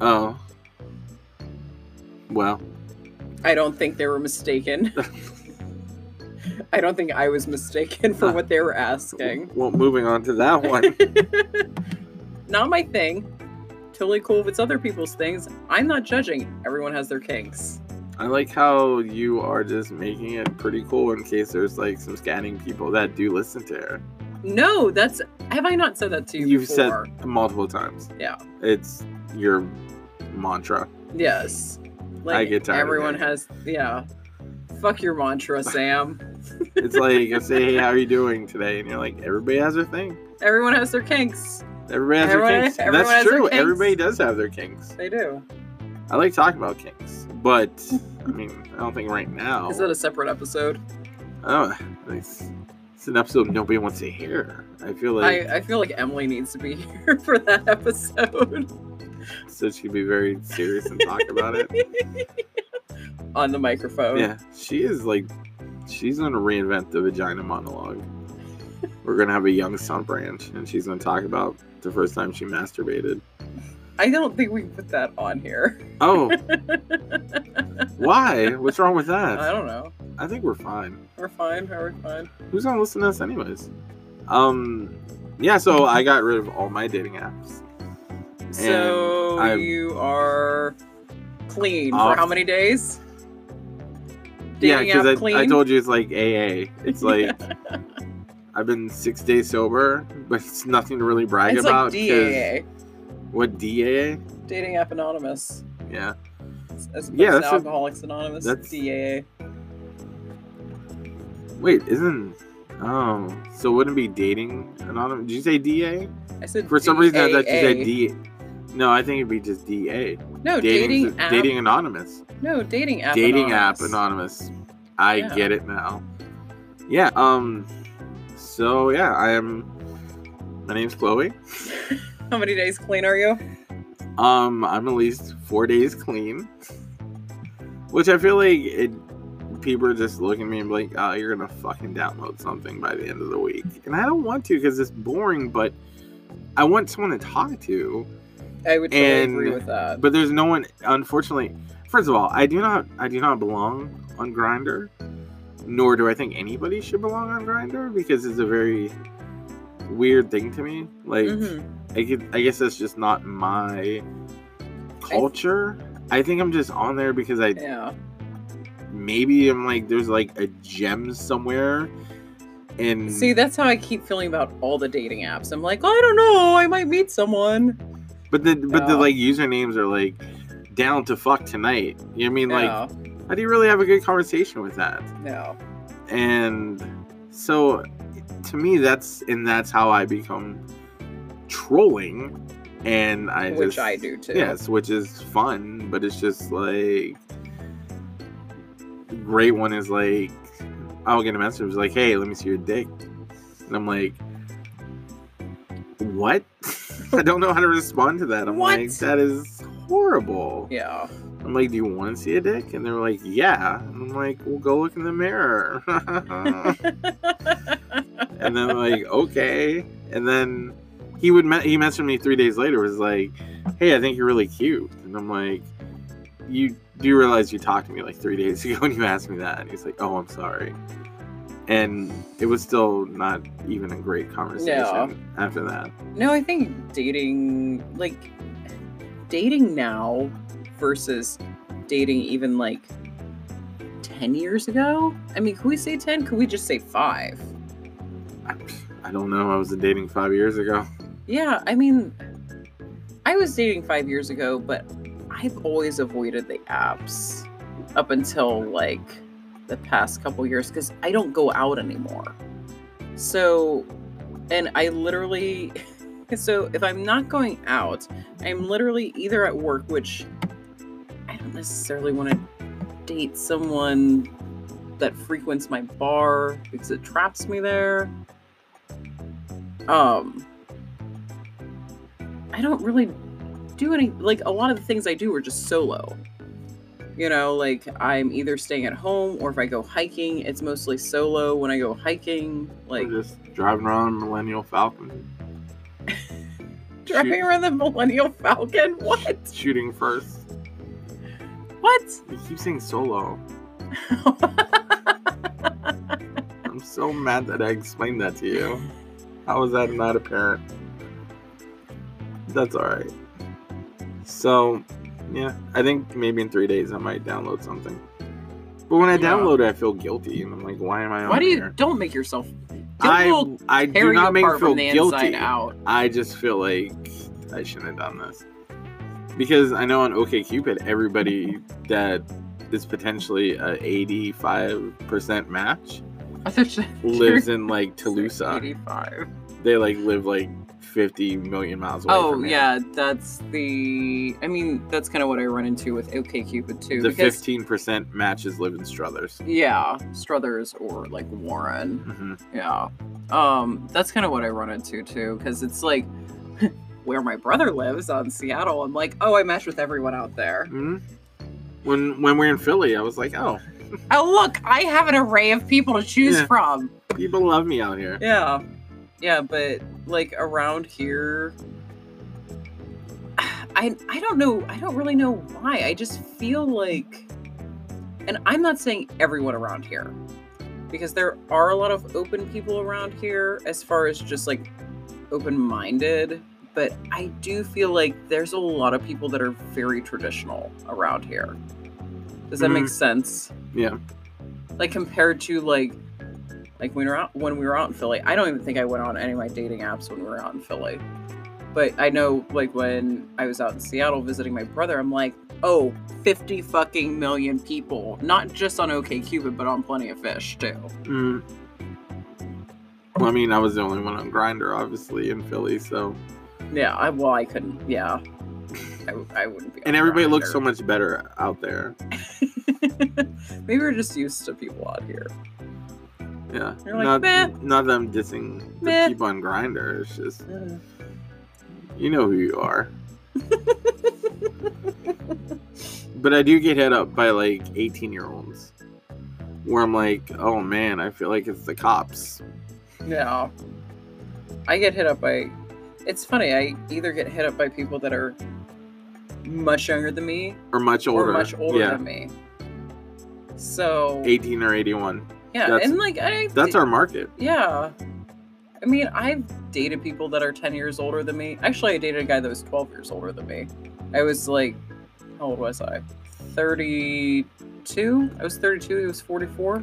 Oh. Well, I don't think they *laughs* were mistaken. *laughs* I don't think I was mistaken for what they were asking. well, moving on to *laughs* that one. Not my thing. Totally cool if it's other people's things. I'm not judging. Everyone has their kinks. I like how you are just making it pretty cool in case there's like some scanning people that do listen to her. No, that's have I not said that to you You've said before? multiple times. Yeah. It's your mantra. yes. Like get tired of everyone it. has yeah. Fuck your *laughs* mantra, Sam. It's like I say, hey, how are you doing today? And you're like, everybody has their thing. everyone has their kinks. Everybody has Everyone- their kinks. And everyone That's has their true. kinks. Everybody does have their kinks. They do. I like talking about kinks, but I mean, I don't think right now. Is that a separate episode? oh, it's, it's an episode nobody wants to hear. I feel like I, I feel like Emily needs to be *laughs* here for that episode. *laughs* so she could be very serious and talk about it. on the microphone. Yeah, she is like, she's gonna reinvent the vagina monologue. We're gonna have a young son branch, and she's gonna talk about the first time she masturbated. I don't think we put that on here. *laughs* Oh, why? What's wrong with I that? don't know. I think we're fine. We're fine. We're fine. Who's gonna listen to us, anyways? Um, yeah. So I got rid of all my dating apps. So I- you are clean Off. for how many days? Dating yeah, app because clean. I, I told you it's like AA. *laughs* It's like I've been six days sober, but it's nothing to really brag it's about. like 'cause- DAA, What DAA? Dating App Anonymous. Yeah. It's- Yeah, As opposed to that's a- Alcoholics Anonymous. that's- DAA. Wait, isn't oh? So wouldn't it be dating anonymous? Did you say DA? I said For some reason, I thought you said DAA. D. No, I think it'd be just DA. dating, No, Oh, dating app. dating anonymous. No, dating app. dating anonymous. app anonymous. I Yeah. get it now. Yeah. Um. So yeah, I am. My name's Chloe. How many days clean are you? Um, I'm at least four days clean, which I feel like it. People are just looking at me and be like, "Oh, you're gonna fucking download something by the end of the week," and I don't want to because it's boring. But I want someone to talk to. I would totally And- agree with that. But there's no one. Unfortunately, first of all, I do not. I do not belong on Grinder, nor do I think anybody should belong on Grinder because it's a very weird thing to me. Like. Mhm. I, could, I guess that's just not my culture. I, think I'm just on there because I Yeah. maybe I'm like there's like a gem somewhere, and See, that's how I keep feeling about all the dating apps. I'm like, I don't know, I might meet someone. but the but the Yeah. like usernames are like down to fuck tonight. You know what I mean No, like how do you really have a good conversation with that? no. And so to me that's and that's how I become trolling, and I which just, I do too. Yes, which is fun, but it's just like great one is like I'll get a message like, "Hey, let me see your dick," and I'm like, "What?" *laughs* I don't know how to respond to that. I'm What? like, "That is horrible." Yeah. I'm like, "Do you want to see a dick?" And they're like, "Yeah." And I'm like, "Well, go look in the mirror." *laughs* and then like okay and then he would me- he messaged me three days later was like hey i think you're really cute and i'm like you do you realize you talked to me like three days *laughs* ago and you asked me that and he's like oh i'm sorry and it was still not even a great conversation No. after that no, I think dating, like, dating now versus dating even like 10 years ago. I mean, can we say 10? Could we just say five? I, I don't know i was dating five years ago Yeah, I mean, I was dating five years ago, but I've always avoided the apps up until like the past couple years because I don't go out anymore. So, and I literally, *laughs* so if I'm not going out, I'm literally either at work, which I don't necessarily want to date someone that frequents my bar because it traps me there. Um, I don't really do any like a lot of the things I do are just solo. You know, like I'm either staying at home or if I go hiking, it's mostly solo when I go hiking. Like I'm just driving around millennial falcon *laughs* driving Shoot- around the Millennial Falcon? *laughs* What? shooting first What? you keep saying *laughs* solo I'm so mad that I explained that to you. How is that not apparent? That's all right. So, yeah, I think maybe in three days I might download something. But when I Yeah. download it, I feel guilty, and I'm like, why am I on Why do you here? don't make yourself? Don't I we'll I tear do you not make me apart feel from the guilty. inside out. I just feel like I shouldn't have done this because I know on OKCupid, everybody that is potentially a 85% match *laughs* I thought you lives in *laughs* like Tulsa. 85. they like live like 50 million miles away Oh from here. yeah, that's the. I mean, that's kind of what I run into with OKCupid too. the because 15% matches live in struthers yeah, Struthers or like Warren. hmm Yeah. Um, that's kind of what I run into too, because it's like *laughs* where my brother lives on Seattle. I'm like, oh, I match with everyone out there. When when we were in Philly, I was like, oh, Oh, look, I have an array of people to choose Yeah. from. people love me out here. Yeah. Yeah, but like around here *sighs* I I don't know. I don't really know why. I just feel like and I'm not saying everyone around here because there are a lot of open people around here as far as just like open-minded, but I do feel like there's a lot of people that are very traditional around here. Does that make sense? Yeah. like compared to like like when we were out when we were out in Philly. I don't even think I went on any of my dating apps when we were out in Philly. But I know like when I was out in Seattle visiting my brother, I'm like, oh, 50 fucking million people. Not just on OKCupid, but on Plenty of Fish too. Mm. mm-hmm. Well, I mean, I was the only one on Grinder, obviously, in Philly. So, Yeah, I well I couldn't yeah. I, w- I wouldn't be on and everybody Grindr. looks so much better out there. *laughs* Maybe we're just used to people out here. Yeah, You're like, not "Meh." not that I'm dissing the Meh. people on Grinder. It's just you know who you *laughs* are. but I do get hit up by like 18 year olds, where I'm like, oh man, I feel like it's the cops. Yeah. I get hit up by. It's funny, I either get hit up by people that are much younger than me Or much older. or much older yeah. than me. So, 18 or 81. yeah, that's- and like, I. That's our market. Yeah. I mean, I've dated people that are 10 years older than me. Actually, I dated a guy that was 12 years older than me. I was like, how old was I? 32? I was 32, he was 44.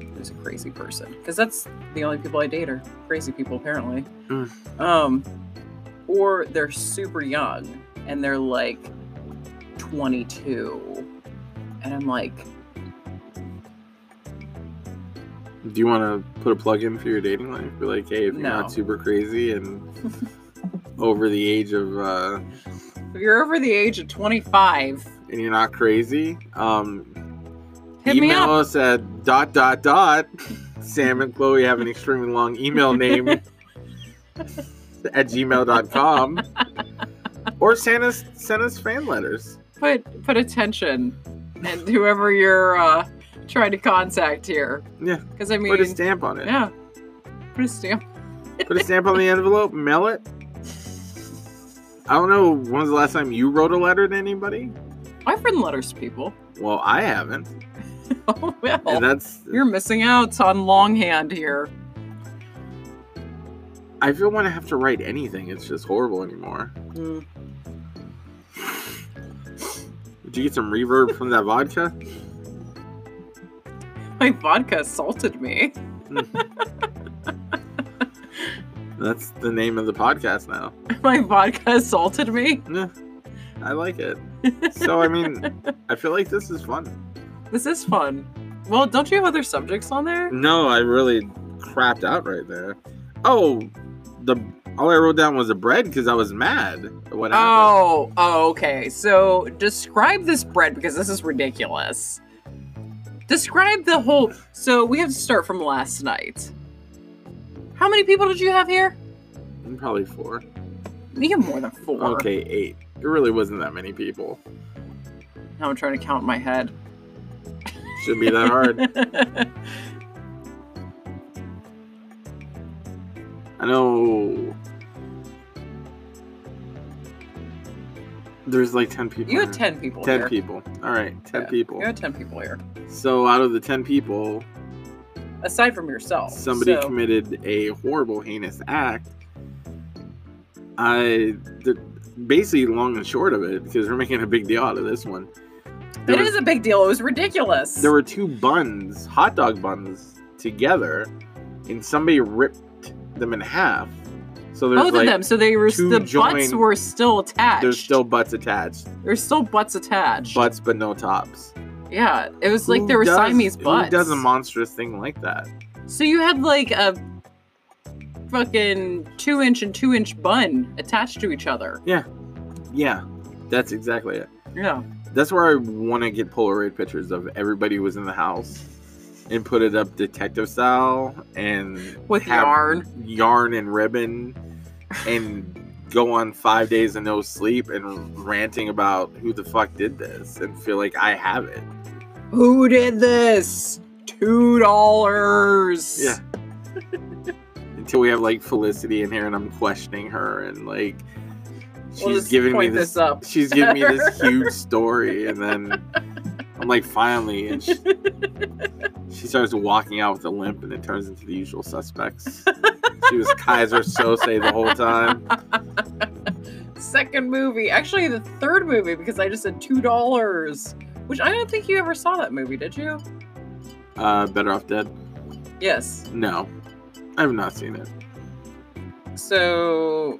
He was a crazy person. Because that's the only people I date are crazy people, apparently. Mm. Um, or they're super young and they're like 22. And I'm like, Do you want to put a plug in for your dating life? Be like, hey, if you're No. not super crazy *laughs* and over the age of, uh, if you're over the age of 25, and you're not crazy, um, hit email me up. us at dot dot dot. Sam and Chloe have an extremely long email *laughs* name at gmail.com or send us send us fan letters. put put attention and whoever you're uh, trying to contact here. Yeah. Because I mean, Put a stamp on it. yeah, put a stamp. Put a stamp on the envelope. Mail it. I don't know. When was the last time you wrote a letter to anybody? I've written letters to people. *laughs* Well, I haven't. Oh well, And that's you're missing out on longhand here. I feel when I have to write anything, it's just horrible anymore. Did you get some reverb from that vodka? My vodka assaulted me. *laughs* That's the name of the podcast now. My vodka assaulted me. Yeah, I like it. So I mean, I feel like this is fun. This is fun. Well, don't you have other subjects on there? No, I really crapped out right there. Oh, the all I wrote down was a bread because I was mad. at What happened? Oh, oh, okay. So describe this bread because this is ridiculous. Describe the whole. So we have to start from last night. How many people did you have here? Probably four. You have more than four. Okay, eight. It really wasn't that many people. Now I'm trying to count in my head. Should be that *laughs* hard. I know. There's like ten people. *laughs* you here. had ten people. Ten here. people. All right, ten Yeah, people. You had ten people here, So out of the ten people, aside from yourself. somebody so- committed a horrible, heinous act. I, the, basically, long and short of it, because we're making a big deal out of this one. There It was- is a big deal. It was ridiculous. there were two buns, hot dog buns, together, and somebody ripped them in half. So there's both like of them. So they were. two The butts joined- were still attached. there's still butts attached, There's still butts attached. butts but no tops. Yeah, it was like Who there were does- Siamese butts. Who does a monstrous thing like that? so you had like a fucking two inch and two inch bun attached to each other. Yeah, that's exactly it. Yeah. That's where I want to get Polaroid pictures of everybody who was in the house and put it up detective style and With have yarn. yarn and ribbon and go on five days of no sleep and ranting about who the fuck did this and feel like I have it. Who did this? Two dollars. Yeah. Until we have like Felicity in here and I'm questioning her and like she's We'll just giving me point this, this up. she's giving me *laughs* this huge story and then I'm like finally and *laughs* she, she starts walking out with a limp and it turns into the usual suspects. She was Kaiser Sose the whole time. Second movie, actually the third movie because I just said two dollars, which I don't think you ever saw that movie, did you? Uh, Better off dead. Yes. No, I have not seen it. So,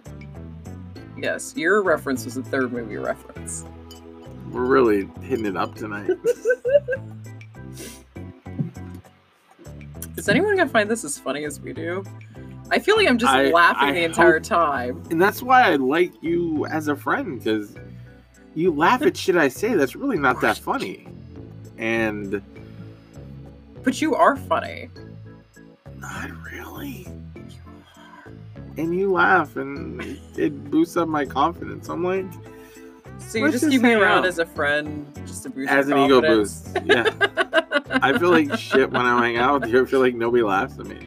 yes, your reference was the third movie reference. We're really hitting it up tonight. Is anyone gonna find this as funny as we do? I feel like I'm just I- laughing I the entire time. and that's why I like you as a friend because you laugh at shit I say that's really not that funny. And But you are funny. not really. And you laugh and it boosts up my confidence. I'm like, So you Let's just just keep me hang around out. as a friend, just to boost as an your ego confidence. boost. Yeah. I feel like shit when I hang out with you. I feel like nobody laughs at me.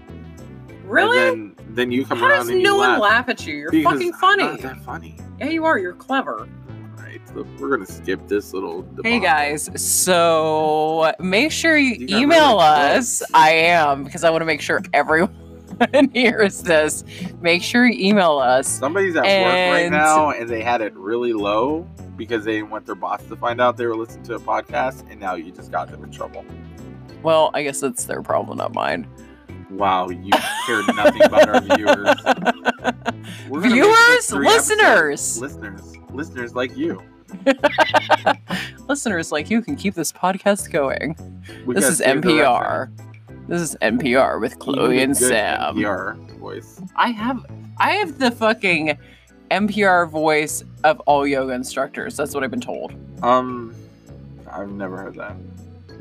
really? And then, then you come How around does and you no laugh. one laugh at you? You're because fucking I'm funny. not that funny. Yeah, you are. You're clever. All right, so we're gonna skip this little. Hey debacle. guys, so make sure you, You got email really us. close. I am because I want to make sure everyone *laughs* hears this. Make sure you email us. Somebody's at work right And- now and they had it really low because they didn't want their boss to find out they were listening to a podcast and now you just got them in trouble. Well, I guess that's their problem, not mine. Wow, you care nothing about our *laughs* viewers. We're gonna make Viewers, this three episodes. listeners. Listeners. Listeners like you. Listeners like you can keep this podcast going. We this gotta is save the NPR. rest This is NPR with of it. Chloe and Even a good Sam. NPR voice. I have I have the fucking NPR voice of all yoga instructors. That's what I've been told. Um I've never heard that.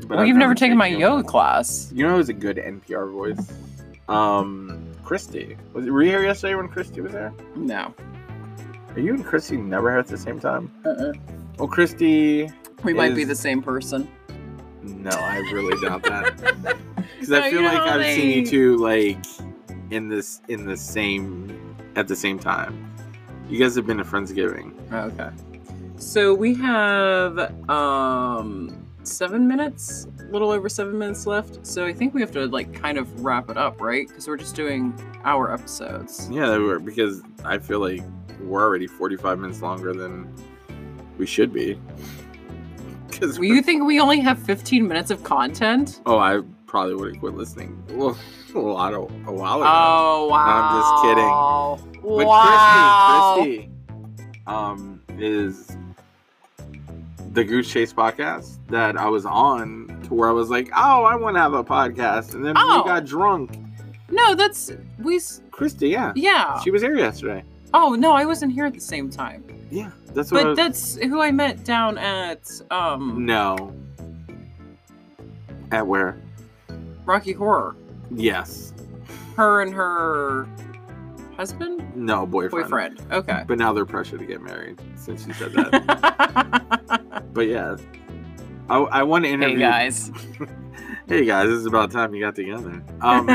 But well, I've you've never taken my it. yoga class. You know who's a good NPR voice? Um Christy. Was were you here yesterday when Christy was there? No. Are you and Christy never here at the same time? Uh-uh. Well, Christy, We might be Is- the same person. no, I really doubt *laughs* that because No, I feel you know like how I've seen you they- two like in this in the same at the same time. You guys have been to Friendsgiving. Okay. So we have um seven minutes, a little over seven minutes left. So I think we have to like kind of wrap it up, right? Because we're just doing our episodes. Yeah, they were because I feel like we're already forty-five minutes longer than we should be. *laughs* Because Well, you think we only have 15 minutes of content? oh, I probably would have quit listening. Well, *laughs* a lot of a while ago. Oh I'm wow! just kidding. But Wow. Christy, Christy, um, is the Goose Chase podcast that I was on to where I was like, oh, I want to have a podcast, and then Oh. we got drunk. No, that's we. s- Christy, yeah, Yeah. she was here yesterday. Oh no, I wasn't here at the same time. Yeah, that's what. I But was, that's who I met down at um no. At where? Rocky Horror. Yes. Her and her husband, No boyfriend. boyfriend. Okay. But now they're pressured to get married since you said that. *laughs* but yeah, I, I want to Hey Uh, interview guys. Hey guys, this is about time you got together. *laughs* Um,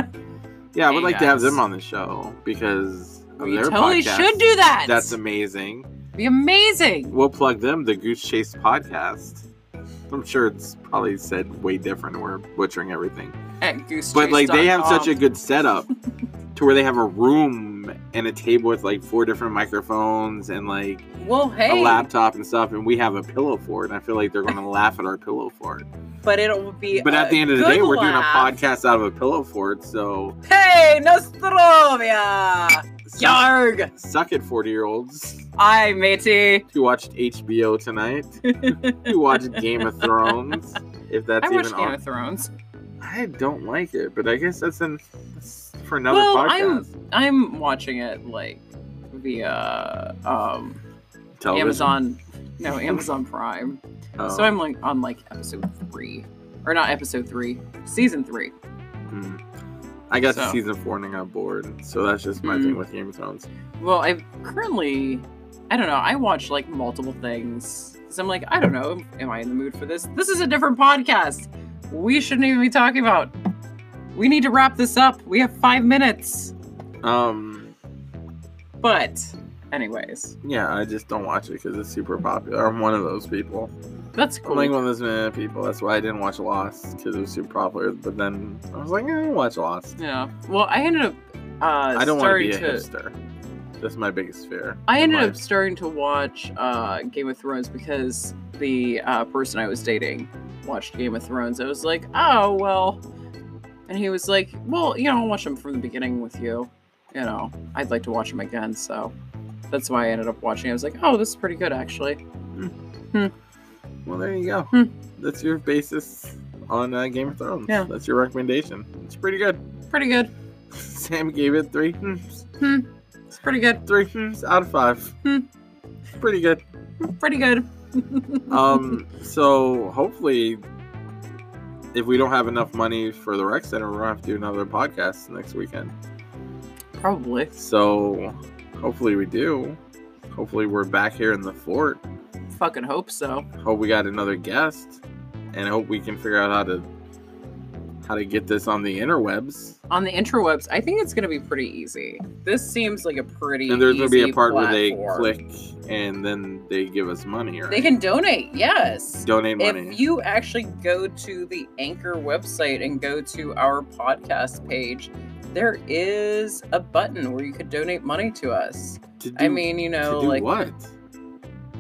yeah, I would Hey, like to have guys. them on the show because of we their totally podcast. should do that. That's amazing. Be amazing. We'll plug them, the Goose Chase podcast. I'm sure it's probably said way different. We're butchering everything, at goosechase.com. but like they have such a good setup to where they have a room and a table with like four different microphones and like well, hey, a laptop and stuff, and we have a pillow for it. And I feel like they're *laughs* going to laugh at our pillow for it. but it'll be. But a at the end of the good day, we're doing a laugh. podcast out of a pillow fort, so Hey, Nostrovia! Yarg! suck it, forty year olds Aye, matey. who watched HBO *laughs* tonight, who watched Game of Thrones, if that's I even watched Game on. of Thrones. I don't like it, but I guess that's an that's for another Well, I'm- podcast. I'm watching it like via um Television. Amazon. No, Amazon Prime. Oh, So I'm like on like episode three, or not episode three, season three. Oh, hmm. I got to So. season four and I got bored, so that's just my Mm. thing with Game of Thrones. Well, I currently, I don't know. I watch like multiple things. So I'm like, I don't know. Am I in the mood for this? This is a different podcast. We shouldn't even be talking about. We need to wrap this up. We have five minutes. Um, But, anyways, yeah, I just don't watch it because it's super popular. I'm one of those people. that's I'm cool. like one of those meh people. That's why I didn't watch Lost because it was super popular. But then I was like, eh, I'll watch Lost. yeah. Well, I ended up. Uh, I don't want to starting be a to. hipster. That's my biggest fear. I in ended life. up starting to watch uh, Game of Thrones because the uh, person I was dating watched Game of Thrones. I was like, oh, well. And he was like, well, you know, I'll watch them from the beginning with you. You know, I'd like to watch them again. So that's why I ended up watching. I was like, oh, this is pretty good, actually. Well, there you go. Hmm. That's your basis on uh, Game of Thrones. Yeah. That's your recommendation. It's pretty good. *laughs* Pretty good. Sam gave it three hmms, It's pretty good. three hmms out of five. Hmm. Pretty *laughs* good. Pretty good. *laughs* Um, so hopefully, if we don't have enough money for the rec center, we're gonna have to do another podcast next weekend. Probably. So hopefully we do. Hopefully we're back here in the fort. Fucking hope so. Hope we got another guest, and hope we can figure out how to how to get this on the interwebs. On the interwebs, I think it's going to be pretty easy. This seems like a pretty And there's gonna be a easy part where they platform. click and then they give us money, right? They can donate, yes. donate money. If you actually go to the Anchor website and go to our podcast page, there is a button where you could donate money to us. to do, I mean, you to know, do like what?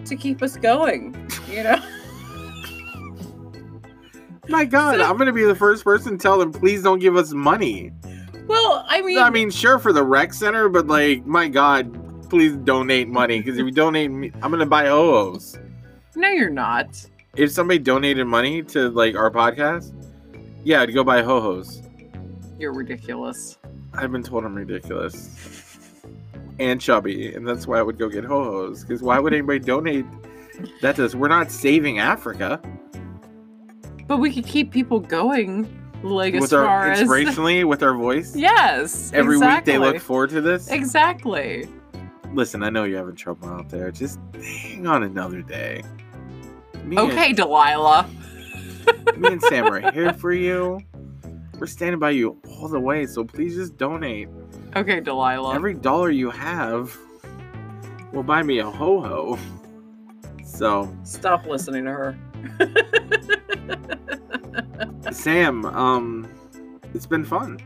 to keep us going, you *laughs* know? My God, I'm gonna be the first person to tell them, please don't give us money. well, I mean, I mean, sure for the rec center, but like, my God, please donate money because if you donate, me, I'm gonna buy OOS. No, you're not. If somebody donated money to like our podcast, yeah, I'd go buy ho-hos. You're ridiculous. I've been told I'm ridiculous and chubby, and that's why I would go get ho-hos. Because why would anybody donate that to us? We're not saving Africa. But we could keep people going, like as with our *laughs* far as *laughs* inspirationally, with our voice. yes, Every exactly. week they look forward to this. exactly. Listen, I know you're having trouble out there. Just hang on another day. Me Okay, Delilah. And, me and Sam are here for you. We're standing by you all the way, so please just donate. Okay, Delilah. Every dollar you have will buy me a ho ho. So, stop listening to her. Sam, um, it's been fun.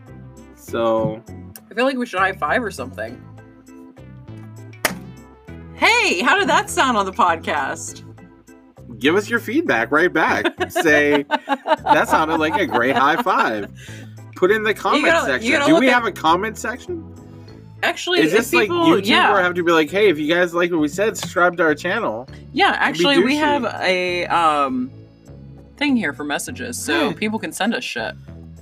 So, I feel like we should high five or something. hey, how did that sound on the *laughs* podcast? give us your feedback right back. Say, that sounded like a great high five. Put in the comment gotta- you section. gotta Do look we at- have a comment section? Actually, Is this if like people, YouTube yeah, or have to be like, hey, if you guys like what we said, subscribe to our channel. Yeah, It'd be actually, we douchey. have a um thing here for messages, so Yeah. people can send us shit.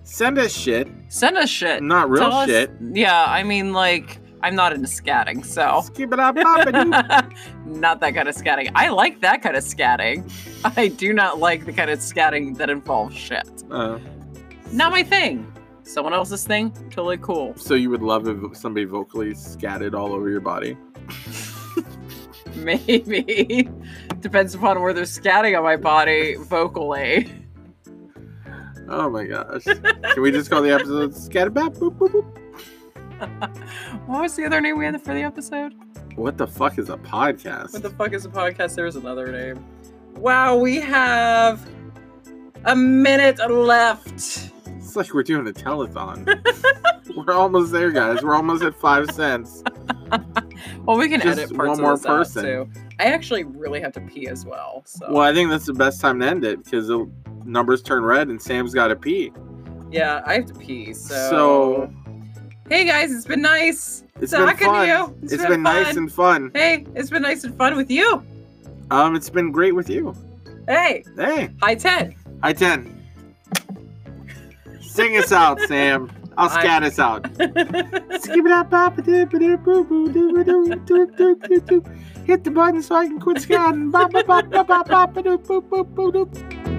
Send us shit. Send us shit. Not real Tell us- shit. yeah, I mean, like, I'm not into scatting, so. Skip it up, pop *laughs* it doop. *laughs* not that kind of scatting. I like that kind of scatting. *laughs* I do not like the kind of scatting that involves shit. uh, Not my thing. Someone else's thing, totally cool. *laughs* So you would love if somebody vocally scattered all over your body. Maybe. Depends upon where they're scatting on my body vocally. Oh my gosh. Can we just call the *laughs* episode scatter bap boop boop boop? What was the other name we had for the episode? What the fuck is a podcast? What the fuck is a podcast? There's another name. Wow, we have a minute left. it's like we're doing a telethon. *laughs* we're almost there, guys. We're almost at five cents. Well, we can Just edit parts one more of this person. Out too. I actually really have to pee as well. So Well, I think that's the best time to end it because the numbers turn red and Sam's got to pee. yeah, I have to pee. So, So- hey guys, it's been nice It's talking been fun. to you. it's been nice fun. and fun. hey, it's been nice and fun with you. Um, it's been great with you. Hey, Hey, hi Ted. high ten. Sing us out, Sam. I'll I- scat us out. Hit the button so I can quit scatting. Bop, bop, bop, bop, bop, bop, boop, boop, boop, boop.